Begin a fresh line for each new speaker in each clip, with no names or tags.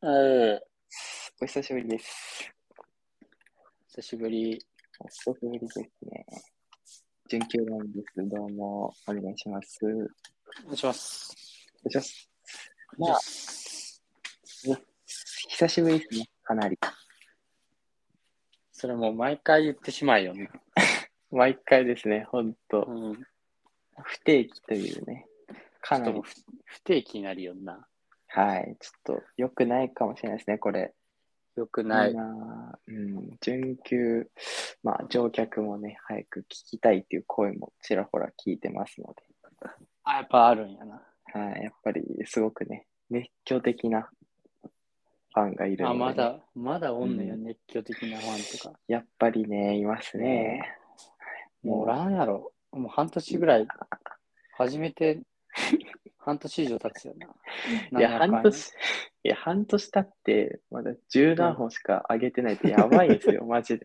おー、
お久しぶりです。
久しぶり。
お久しぶりですね。準急ラインです。どうも、お願いします。お願
お願いします。
いします。まあ久しぶりですね、かなり。
それもう毎回言ってしまうよね。
毎回ですね、ほんと。
うん。
不定期というね。かな
で
り
も。不不定期になるよな。
はい。ちょっと、良くないかもしれないですね、これ。
よくない。
なうん、準急、まあ、乗客もね、早く聞きたいっていう声もちらほら聞いてますの
あ、やっぱあるんやな。
で、はい、やっぱりすごくね、熱狂的なファンがいるの
あ、
で、
まだ、まだおんのよ、
う
熱狂的なファンとか。
やっぱりね、いますね。
もうお
も
らんやろ。もう半年ぐらい、初めて、 半年以上経つよな。
い
な
や、
んだかんだ
半年、いや、半年経って、まだ十何本しか上げ てないってやばいですよ、マジで。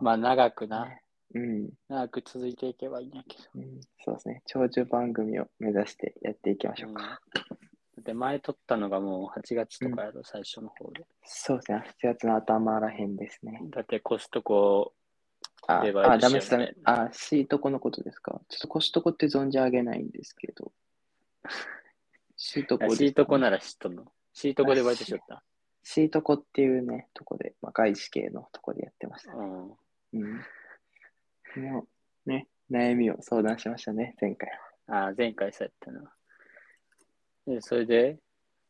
まあ、長くな。
うん、
長く続いていけばいいんやけど。
うんそうですね、長寿番組を目指してやっていきましょうか。
で、前撮ったのがもう8月とかやろ、最初の方で。
そうですね、7月の頭らへんですね。
だってコストコ、
あ、
レバー
あ
エビ
ダ
シ
メ
ア
です、ダメ
み。
あ、シートコのことですか。ちょっとコストコって存じ上げないんです けど。シートコです
シートコなら知っとんの。シートコでバイトしよった。
シートコっていうね、とこで、まあ、外資系のとこでやってました。
うん。
うん。もう、ね、悩みを相談しましたね、前回は。
ああ、前回そうやったな。で、それで、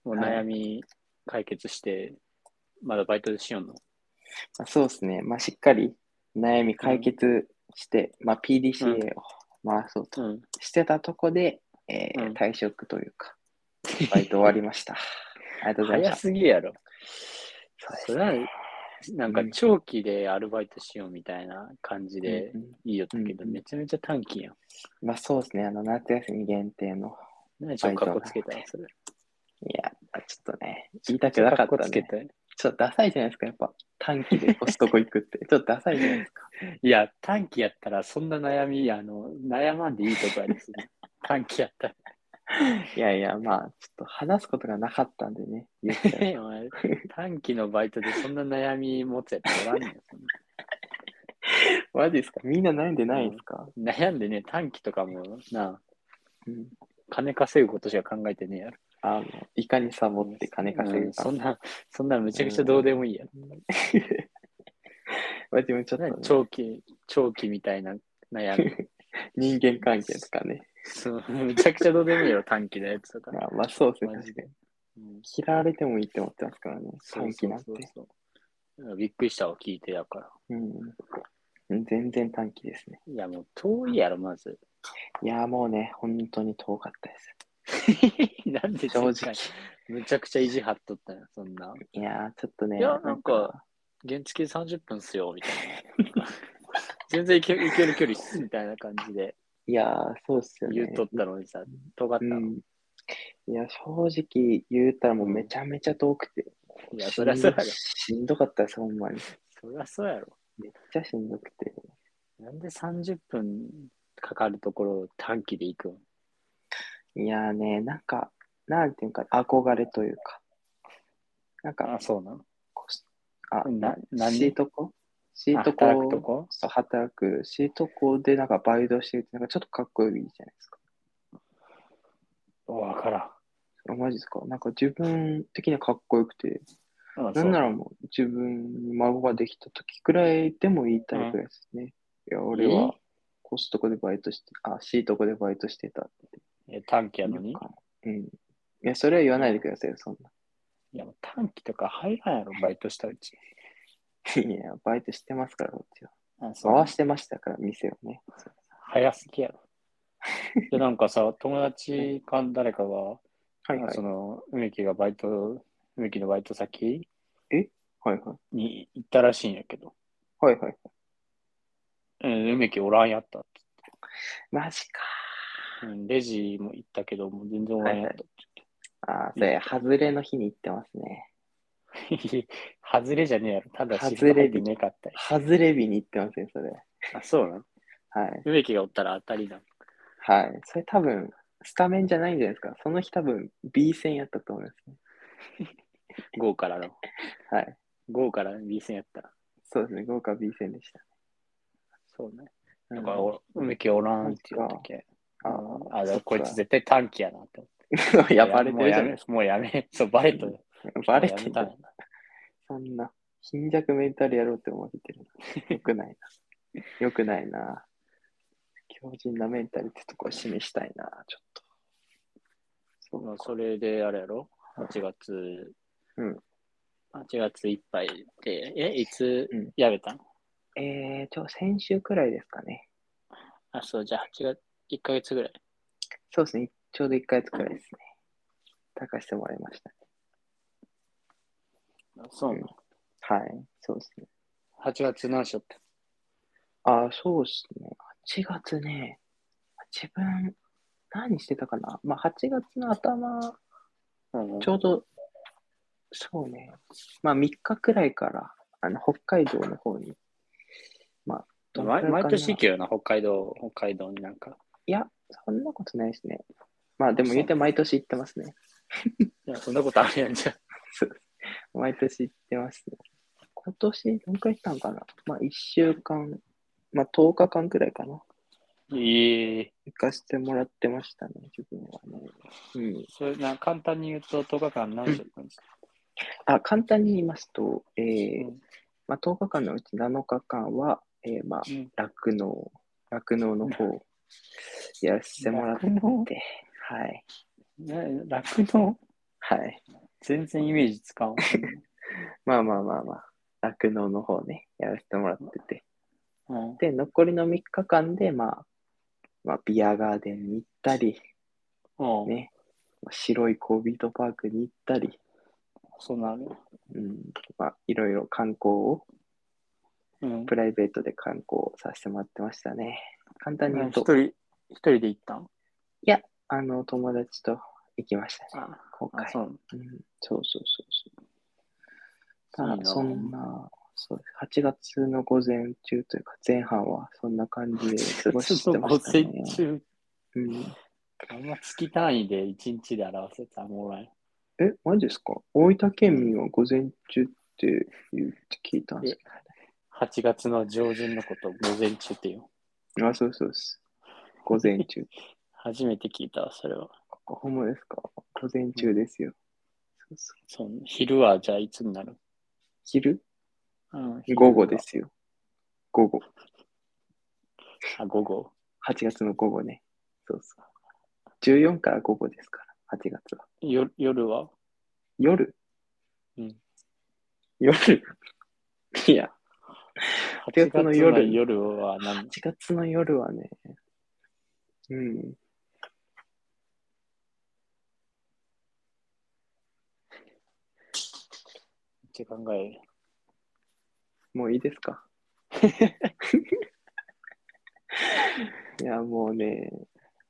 もう悩み解決して、まだバイトしよんの。
まあ、そうですね、まあ、しっかり悩み解決して、まあ、PDCA を回そうと
うん。
してたとこで、えー
うん
退職というか、バイト終わりました。 ありがとうございま
早
した。
すぎやろ。
そうです
それは、なんか長期でアルバイトしようみたいな感じで
うんうん
いいよったけ
う
ど、
んうん
めちゃめちゃ短期やん。
まあそうですね、あの夏休み限定の。
何ちょっとかっこつけたんそれ。
いや、ちょっとね、言いたくなかっ
こ
た、
つけ
ね。
たい。
ちょっとダサいじゃないですか、やっぱ短期でコストコ行 くって。ちょっとダサいじゃないですか。
いや、短期やったらそんな悩み、あの、悩まんでいいとこやですね。短期やったら。
いやいや、まあ、ちょっと話すことがなかったんでね、言っちゃ う
お前短期のバイトでそんな悩み持つやつおらんねん。そんな
マジですかみんな悩んでないんですか、
悩んでね、短期とかもな、
うん、
金稼ぐことしか考えてねえやろ。
あの、いかにサボって金稼
う
ぐ
ん
か。
そんな、そんなむちゃくちゃどうでもいいやろ。
まあ自分ちょっとね、
長期、長期みたいな悩 み。
人間関係とかね。
そうむちゃくちゃどうでもいいやろ、短期のやつとか。
まあ、まあ、そうですね、
マ
確
ジ
か
で
に。
うん
嫌われてもいいって思ってますからね、短期なんて。
そうそうそうそうびっくりしたわ、聞いてやから。
うん。全然短期ですね。
いや、もう遠いやろ、ま ず。
いや、もうね、本当に遠かったです。
なんで
正
正
直
直。むちゃくちゃ意地張っとったよ、そんな。
いやー、ちょっとね。
いやなんか、原付30分っすよ、みたいな。全然いけいける距離っす、みたいな感じで
いやー、そうっすよね。
言うとったのにさ、尖った
う
の。
ん。いや、正直言うたらもうめちゃめちゃ遠くて。
いや、そりゃそうやろ。
しんどかったです、ほんまに。
そりゃそうやろ。
めっちゃしんどくて。
なんで30分かかるところを短期で行くん
いやーね、なんか、なんていうか、憧れというか。なんか
あ、、そうなの
こうしあ、
な何
シートコシート
あ働くと
コ
こ
そう働く、シートコでなんかバイトしてるって、なんかちょっとかっこいいじゃないですか。
わからん
あマジですかなんか自分的にはかっこよくて、。
あ
なんならもう自分に孫ができた時くらいでも言いたいくらいですね。いや、俺はコストコでバイトして、あ、シートコでバイトしてたって
そうえ短期や
言う
のに
かうん。いや、それは言わないでくださいよ、そんな。
いや、もう短期とか入らんやろ、バイトしたうち。
いや、バイトしてますから、こっちは。
あ、そうなの
回してましたから、店をね。
早す ぎやろ。で、なんかさ、友達か誰かが、
はいはい
そ。の、梅木がバイト、梅木のバイト先
はいはい。
に行ったらしいんやけど、
はいはい。
うん、梅木おらんやったっ
マジか。
て、うん。レジも行ったけど、もう全然おらんやったって
あー、それ、ハズレの日に行ってますね。
言って。外れじゃねえやろ、ただシフト
外れ
入ってねえかったり。
ハズレ日に行ってますね、それ。
あ、そうなの
はい。
梅木がおったら当たりなの。
はい。それ多分、スタメンじゃないんじゃないですか。その日多分、B 戦やったと思いますね。
5からの。
はい。
5からの B 戦やった。
そうですね、豪華 B 戦でした。
そうね。
う
だから、お梅木おらんって言ったけ。
あ
うん
あ、
あ、だからこいつ
そ
絶対短期やなって思っ
っか
て。
やばれ
も
て
う
るじ
や
ゃ ない
め、もうやめ。そう、バレた。
バレて
もうやめ
る
たね。
そんな、貧弱メンタルやろうって思われてるな。よく ないな。よくないな。強靭なメンタルってとこを示したいな、ちょっと。そう
まあ、それで、あれやろ ?8 月、
うん
8月いっぱいで、え、いつ
うん
やめたの、
えーと、先週くらいですかね。
あ、そう、じゃあ8月、1ヶ月ぐらい。
そうですね、ちょうど1ヶ月くらいですね。抱かしてもらいましたね。
そうなの。
はい、そうですね。
8月何しよった
あ、そうですね。8月ね、自分、何してたかな。まあ、8月の頭、ちょうど、そうね、まあ、3日くらいから、あの、北海道の方に、まあ、どんくらい
毎
かな
毎年行けよな、北海道、北海道になんか。
いや、そんなことないですね。まあ、でも言うて毎年行ってますね。
いや、そんなことあるやんじゃん。
毎年行ってますね。今年、どんくらい行ったんかなまあ、1週間、まあ、10日間くらいかな。
ええ
行かせてもらってましたね、自分はね。うん。
それな、簡単に言うと、10日間何しよったんですか、
あ簡単に言いますと、えー
うん
まあ、10日間のうち7日間は、えーまあ
うん、
酪農、酪農の方をやらせてもらって、
酪農
はい、
ね、楽の
はい。
全然イメージつかん。
まあまあまあまあ、酪農の方ね、やらせてもらってて。
うん、
で、残りの3日間で、まあ、まあ、ビアガーデンに行ったり、
うん、
ね、まあ白い恋人パークに行ったり、
そうなる。
うん、まあ、いろいろ観光を、
うん
プライベートで観光させてもらってましたね。簡単に言う
一
と、
人、一人で行ったん
あの、友達と行きましたね。
あ
今回
あ、。そう。
うん、そうそうそうそう。ただ
いいな
そんな、そうです。8月の午前中というか、前半はそんな感じで過ごしてました
午
ね
前。中、
うん、
あんま月単位で一日で表せたらおもろい。
え、マジですか大分県民は午前中って言うって聞いたんですけ
8月の上旬のことを午前中っていう。
ど。あ、そうそうです。午前中。
初めて聞いたわ、それは。
ほんまですか 午前中ですよ。そうそう
そう昼はじゃあいつになる、
昼
うん、
午後で。すよ。午後。
あ、午後。
8月の午後ね。そうそう。14から午後ですから、8月は。
よ夜は
夜
うん。
夜いや、
8月
8月
の
の
夜
夜
は何
8月の夜はね、うん。
って考える。
もういいですか いや、もうね、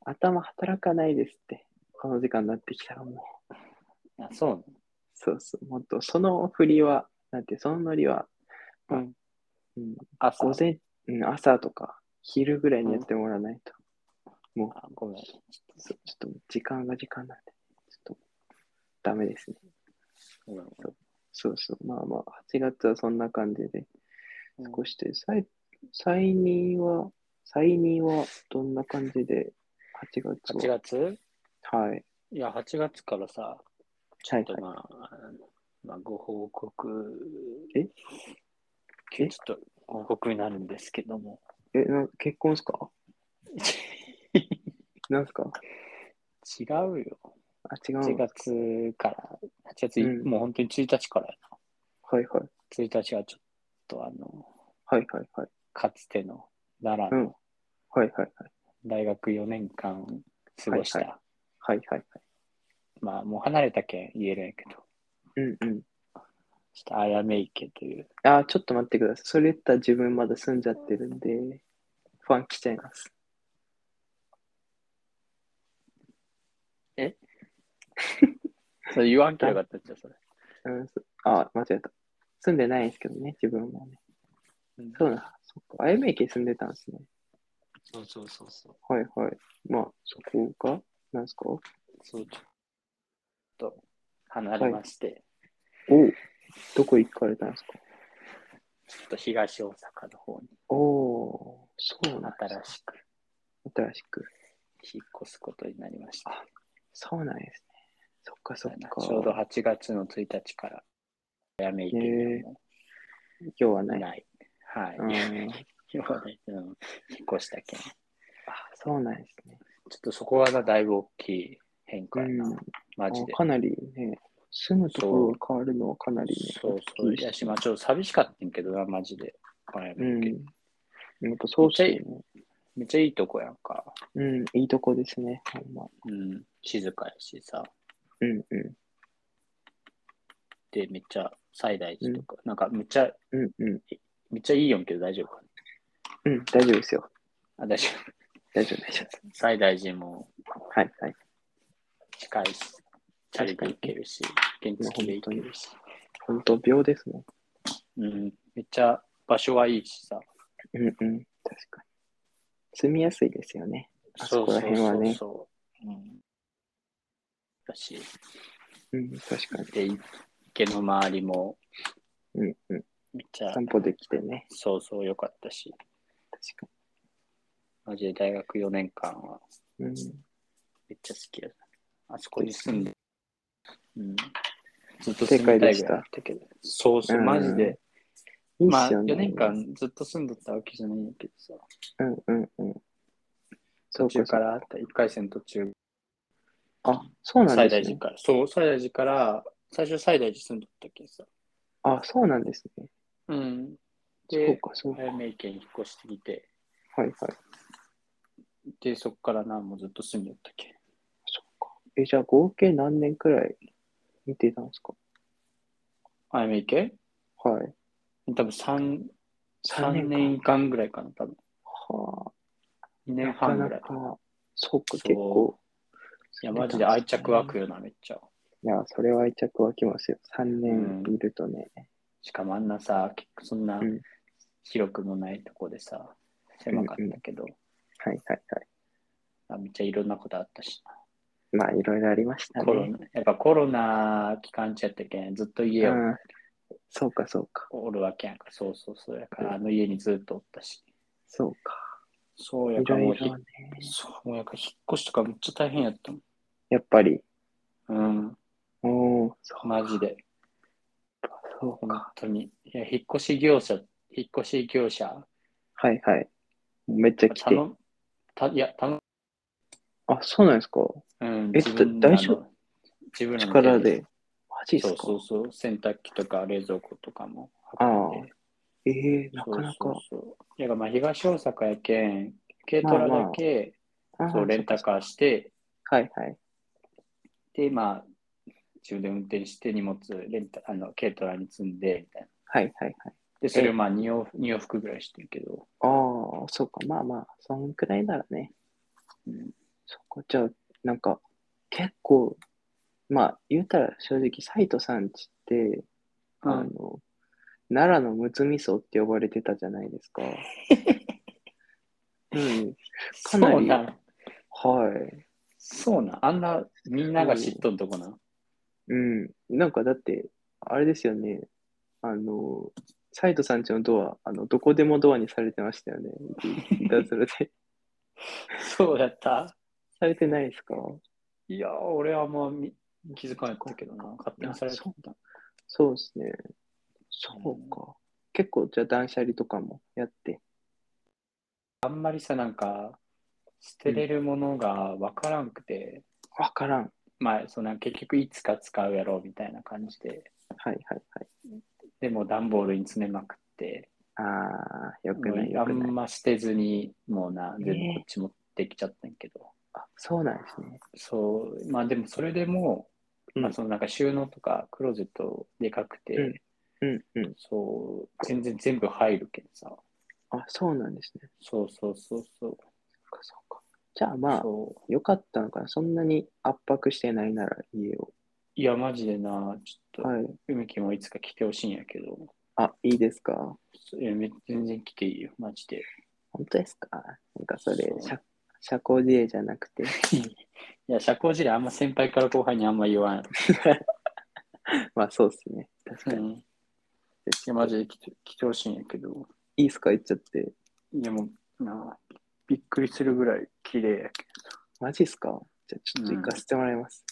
頭働かないですって。この時間になってきたらもう。
あ、そう
そうそう。もっと、その振りは、なんて、そのノリは、
なの。うん。
うん、
朝。
午前、うん、朝とか、昼ぐらいにやってもらわないと。
あごめん。
そうちょっと時間が時間なんで、ちょっとダメですね。
ごめん
そうそう、まあまあ、8月はそんな感じで
うん
過ごして、再再任は、再任はどんな感じで、8月
8
は。
月
はい。
いや、8月からさ、ち
は
ょっ
い
とまあ、あのまあ、ご報告、
え
ちょっと報告になるんですけども、
え、な結婚です かなんすか
違うよ。
あ、違う
8
の。
月から、8月、
うん
もう本当に1日からやな。
はいはい。
1日はちょっとあの、
はいはいはい。
かつての奈
う
良
ん。
の
はいはいはい。
大学4年間過ごした、
はいはいはい
まあもう離れたけん言えるんやけど、ちょっ
はい。うんうん。
とあやめ池という、
あ、ちょっと待ってください。それ言ったら自分まだ住んじゃってるんで、ファン来ちゃいます。
それ言わんけよかったじゃん、それ。
うん、そあ、間違えた。住んでないんですけどね、自分もね。
うん
そうだ、そっか。あやめ駅に住んでたんですね。
そうそうそうそう。
はいはい。まあ、そこが、なんですか
そうちょっと離れまして、
おうどこ行かれたんですか
ちょっと東大阪の方に
おおーそうなんです
新しく
新しく。
引っ越すことになりました。
あそうなんですね。そっかそっか。
ちょうど8月の1日から、やめいてるのも
今日はない。
ない。はい。
うん、
今までうん引っ越したけん。ちょ
あそうなんですね。
っとそこはなだいぶ大きい変化やな、
うん
マジで
あ。かなりね、住むところが変わるのはかなりね。
そうそう。いやし、まあちょっと寂しかったんけどな、マジで。このや
う
め
ん。
いけ
やっぱそうですよね。
めっちゃいいとこやんか。
うん、いいとこですね。ほんま。
うん。静かやしさ。
うんう
で、めっちゃ最大寺とか、なんかめっちゃ、
ん。うんうん。
めっちゃいいよんけど大丈夫かな。
うん、大丈夫ですよ。
あ、大丈夫。
大丈夫、大丈夫。
最大寺も
はいはい。
近いし、チャリで行けるし、原付で行けるし。
本当秒ですね。
うん。めっちゃ場所はいいしさ。
うんうん。確かに。住みやすいですよね。あそこら辺はね
そうそうそうそううん。だし、
うん、確かに。
で、池の周りも
うんうん。
めっちゃ、
散歩できてね。
そうそう良かったし、
確か
マジで大学4年間は
に。うん。
めっちゃ好きやなあそこに住んで、うん。ずっと住
正
み
解
たい
で
ぐ
し
らい
た
だったけど。そうそう、
うん
マジで。
いい
ま
っ
あ、
すよね。
4年間ずっと住んどったわけじゃないんだけどさ、
うんうんうん。そ
途
う
中
か
か
そう
らあった、1回戦途中
あ、そうなん
最
で
大
す
寺
ね。
から。そう、最大寺から、最初最大寺住んどったけどさ。
あ、そうなんですね。
うん。
そう
で、
か、そうか。はい
早め県引っ越してきて、
はい。
で、そこからな、もうずっと住んでったけ。
そうか。え、じゃあ合計何年くらい見てたんですか
早め県
はい。
多分三3
三年間
年間ぐらいかな、多分。
は
2
あ。
年
なか
半
な
ぐらい。
か、そう
そ
か、
う
結構。
いや、マジで愛着湧くよな、めっちゃ。
いや、それは愛着湧きますよ。3年
うん
いるとね。
しかもあんなさ、結構そんな
うん
広くもないとこでさ、狭かったけど、
はいはいは
あめっちゃいろんなことあったし
い。まあ、いろいろありました
な。
ね。
コロナ、やっぱコロナ期間中やったけん、ずっと家を
うんそうかそうか。
おるわけやんか、そうそうそうやか
うん
ら、あの家にずっとおったし。
そうか。
そうや
い
から
ろ
もう
い
ひ
ろね。
そうもうやから引っ越しとかめっちゃ大変やったもん。
やっぱり。
うん、
おお、そう
マジで。
かそう
本
か。
当に。いや、引っ越し業者、引っ越し業者、
はいはい。めっちゃ来て。
頼むたいや、頼む
あ、そうなんですか。
うん、
え
自分らの
だ大丈夫
自分らの手
力で。マジっす
そう
か。
そうそう、洗濯機とか冷蔵庫とかも
ああ
運んで。
ええなかなか。
そうそうそういや、まあ、東大阪やけん、軽トラだけ、
ああ
そう、レンタカーして、
はいはい。
で、まあ、自分で運転して荷物、レンタ、あの、軽トラに積んで、みたいな。
はいはいはい。
で、それをまあ2往復、二往復ぐらいしてるけど、
ああ、そうか。まあまあ、そんくらいならね。
うん、
そっか。じゃあ、なんか、結構、まあ、言うたら正直、サイトさんちって、あの、奈良のむつみ荘って呼ばれてたじゃないです か。うん。かなり
そうなん、
はい。
そうなん、あんなみんなが知っとんとこな。
うん。なんかだって、あれですよね。あの、サイトさんちのドア、あの、どこでもドアにされてまし たよね。いたずらで。
そうやった
されてないですか
いやー、俺はあんまみ気づかなかったけどな、勝手にされて
そ
た
う。そうですね。そうか。結構、じゃあ断捨離とかもやって。
あんまりさ、なんか、捨てれるものがわからんくて、
わからん。
まあ、その結局いつか使うやろうみたいな感じで、
はいはいはい。
でもう段ボールに詰めまくって、
あー、よくない
も
よ
うあ
くない
ん。ま捨てずに、もうな、
ね
全部こっち持ってきちゃったんやけど、
あ、そうなんですね。
そう、まあでもそれでもう、
うん
まあ、そのなんか収納とかクローゼットでかくて、
うんうんうん。
そう、全然全部入るけんさ。
あ、そうなんですね。
そうそうそうそう。
そっかそうか。じゃあまあ、
そう
よかったのかな。そんなに圧迫してないなら家を。
いや、マジでな、ちょっと、
はい。
梅木もいつか来てほしいんやけど、
あ、いいですか
いやめ全然来ていいよ、マジ で。
本当ですかなんかそれ
そう、
社社交辞令じゃなくて。
いや、社交辞令あんま先輩から後輩にあんま言わん。
まあそうですね。確か
う
に。
ん。いや、マジで来て来てほしいんやけど、
いいっすか言っちゃって。
いや、もう、なあびっくりするぐらい綺麗やけ
マジっすかじゃあちょっと行かせてもらいます。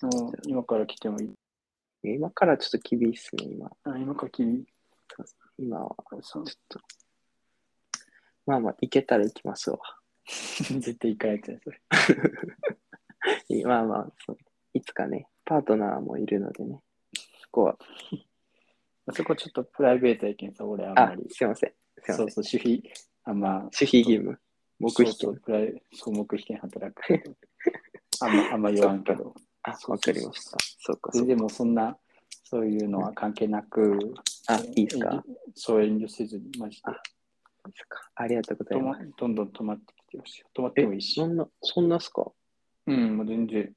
ど、もう今から来てもいい。
今からちょっと厳しいっすね、今。
あ、今から来ていい
今は、
そう
ちょっと。まあまあ、行けたら行きますわ。
絶対行かないとね、それ。
まあまあそう、いつかね、パートナーもいるのでね。そこは、
あそこちょっとプライベートやけんさ、俺あん
あ
まり、。
すいません。すいませ
そ
ん
う。そう、守秘、あんま、
守秘義務。黙秘
そうそ
権
う、プライそう黙秘権働くけ ど。あんま、あんま言わんけど。
あ、
そうそうそう
わかりました。そうか、そ
全
うか。
然もうそんな、そういうのは関係なく、
あ、いいですか
遠慮そう遠慮せずに、マジで
あいいっすかありがとうござ
と
い
ま
ま。
どんどん止まってきてほしい。止まってもいい
す。
し
そ。んな、そんなっすか
うん、もう全然。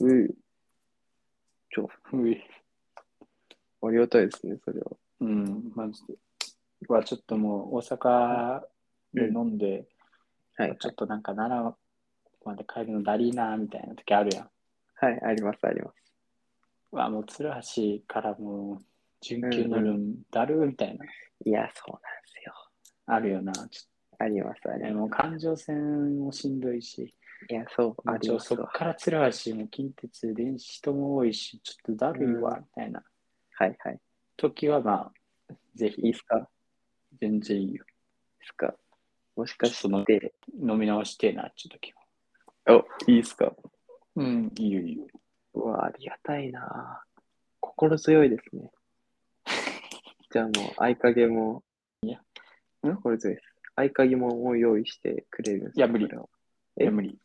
うん。ちょ、
うい
ありがたいですね、それは。
うん、マジで。はちょっともう大阪で飲んで、
はい、
ちょっとなんか奈良まで帰るのだりーなーみたいな時あるやん。
はい、あります、あります。
うわ、もう鶴橋からもう準急乗るんだるーみたいな。
いや、そうなんですよ。
あるよな。ち
あります、あ
ょっとね、
りま
もう環状線もしんどいし、
す。いや、そう、
も
あ
う
り
ちょ
ます
そっ
わ。
から鶴橋も近鉄で人も多いし、ちょっとだるいわ、みたいな
はい、はい。
時はまあ、ぜ
いい
ひ
っすかいいっ
全然いいよ。
すかもしかして、
飲み直してえな、ちょっと時は。
お、いいっすか
うん、いいよいいよ。
うわ、ありがたいな心強いで すね。じゃあもう、合鍵も、
いや、ん
心強いです。合鍵ももう用意してくれるんです
い
か
や無理
これは
え、
え
無理。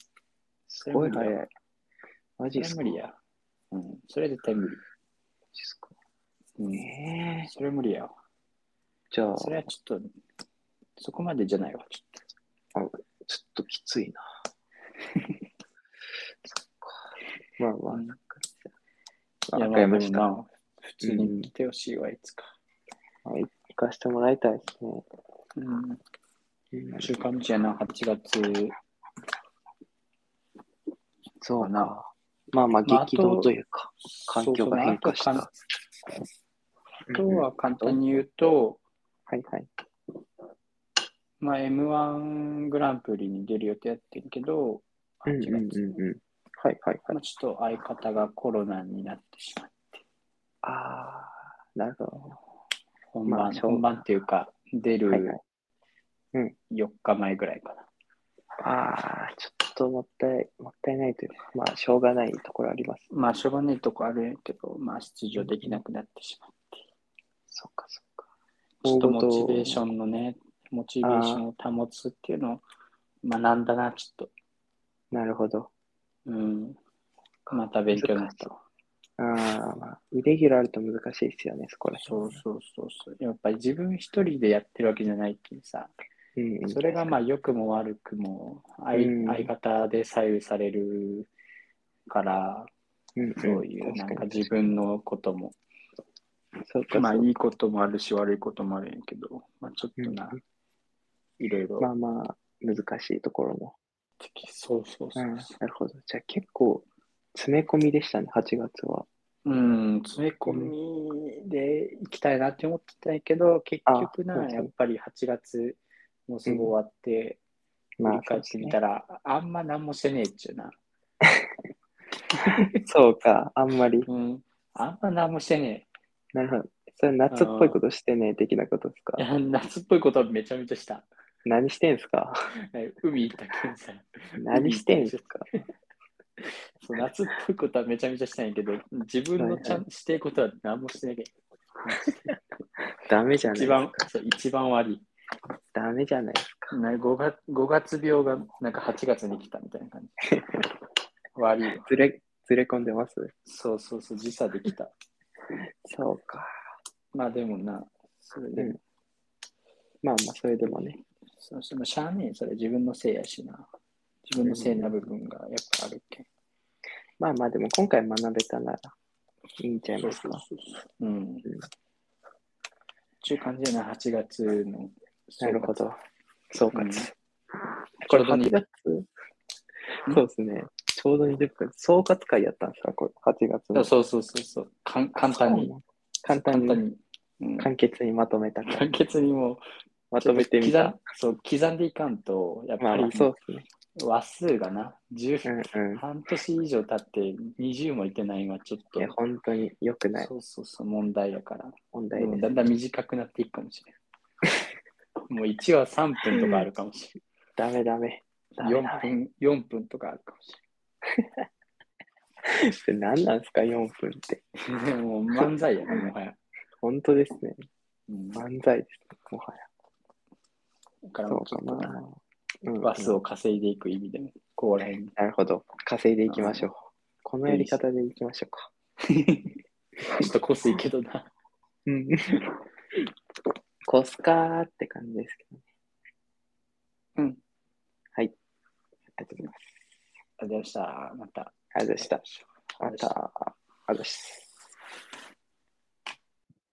すごい早
それ無理
い。マ
そ
ジっ
れ
すか
無理や。うん、それ絶対無理。
マジっすか
うん、
ねえ。
それ無理やわ。
じゃあ、
それはちょっと、そこまでじゃないわ。ちょっ
ちょっときつい な。そっか。まあまあ、
うん
そっか
と。
まあわかりまし
いや
た。
あでもな普通に来てほしいわ、いつか。
はい行かしてもらいたいですね。
うん。週刊誌やな、8月。
そう
まあ
な。まあまあ、
まああと
激動というか、環境が変化した。
そうそうあと
うんうんは
は簡単に言うと、
いはい。
まあ、M1 グランプリに出る予定やってるけど、
うん
8
う
月、
んうんうん。はいはいは
ま
い。
あ、ちょっと相方がコロナになってしまって、
ああ、なるほど。
本
ま
番、
あしょう
本番っていうか、出
はいは
る
いうん
4日前ぐらいかな。
ああ、ちょっともったい、もったいないというか、まあ、しょうがないところあります。
まあ、しょうがないとこあるんやけど、まあ、出場できなくなってしまって、
そっかそっか。
ちょっとモチベーショ
ン。
ンのね、モチベーションを保つっていうのを学んだな、ちょっと。
なるほど。
うん。また勉強になったわ。
ああ、まあ、イレギュラーあると難しいですよね、そこら
そ
辺
う。そうそうそう。やっぱり自分一人でやってるわけじゃないけどさ、
うんうん
それがまあ良くも悪くも相,、
うん
相方で左右されるから、
うんん
そういうなん
確
か
かに
自分のことも、
そうか
まあ
そう
いいこともあるし悪いこともあるんやけど、まあちょっとな、
うん
いろいろ
まあまあ、難しいところも。、
的そうそうそううん
なるほど。じゃあ結構、詰め込みでしたね、8月は。
うん、詰め込みで行きたいなって思ってたんやけど、結局
あそう
な、
そう
やっぱり8月もうすぐ終わって、振
ま
り
あ、そう
返
で
っ
す
てみ
ね。
たら、あんま何もしてねえっちゅうな。
そうか、あんまり。
うん、あんま何もしてね
なるほど。それ夏っぽいことしてね、的なことですか
え。い。や 夏っぽいことはめちゃめちゃした。
何してんす か
はい海行ったけどさ、
何してんすか
そう夏っぽいことはめちゃめちゃしたんやけど、自分のちゃん、してることは何もしてない。
ダメじゃない
一
ですか。
番、そう一番悪い。
ダメじゃないですか。
な5月 ,5 月病がなんか8月に来たみたいな感じ。 悪いわ。
ずれ、ずれ込んでます
そうそうそう、時差できた。
そうか。
まあでもな、それで、
うんまあまあ、それでもね。
そうそうまあしゃあねえ、それ自分のせいやしな。自分のせいな部分がやっぱあるけん。
まあまあ、でも今回学べたなら、いいんちゃいますか。
そうそうそう。うん。ちゅう感じやな、8月の。
なるほど。総括。
うん
これ
ちょうどに
8月そうですね。ちょうど20分。総括会やったんですかこれ8月
そう
の。
そうそうそうそう。かん簡単に。
簡単
簡単
に、
に。うん、
簡潔にまとめた から、
簡潔にもう、
まとめてみた。
刻そう、刻んでいかんと、やっ
ま
ぱ
あ
り、
まあ、そうですね。
話数がな、
う
10
んう
半年以上経って20もいけないのはちょっ
ん。
と
いや、、本当に良くない
そうそうそう、問題だから。
問題
でも
で
だん
す。
だん短くなっていくかもしれない。もう1話3分とかあるかもし
ダメダメ。
れ
ダ
ない。
メダ
4
メ。
分、四分とかあるかもし
何なんですか、4分って。
れ ない。もう漫才やな、もはや。
本当ですね。
うん、だ
漫才です。もはや。
から
そ
も
う
うちょ
か
っとな
な。うん
話数を稼いでいく意味でも、ここら辺に。
なるほど。稼いでいきましょう。このやり方でいきましょうか。
ちょっとこすいけどな。
うん。コスカーって感じですけどね。
うん。
はい。ありがとうございます。
ありがとうございました。また。
ありがとうございました。また、ありがとうございます。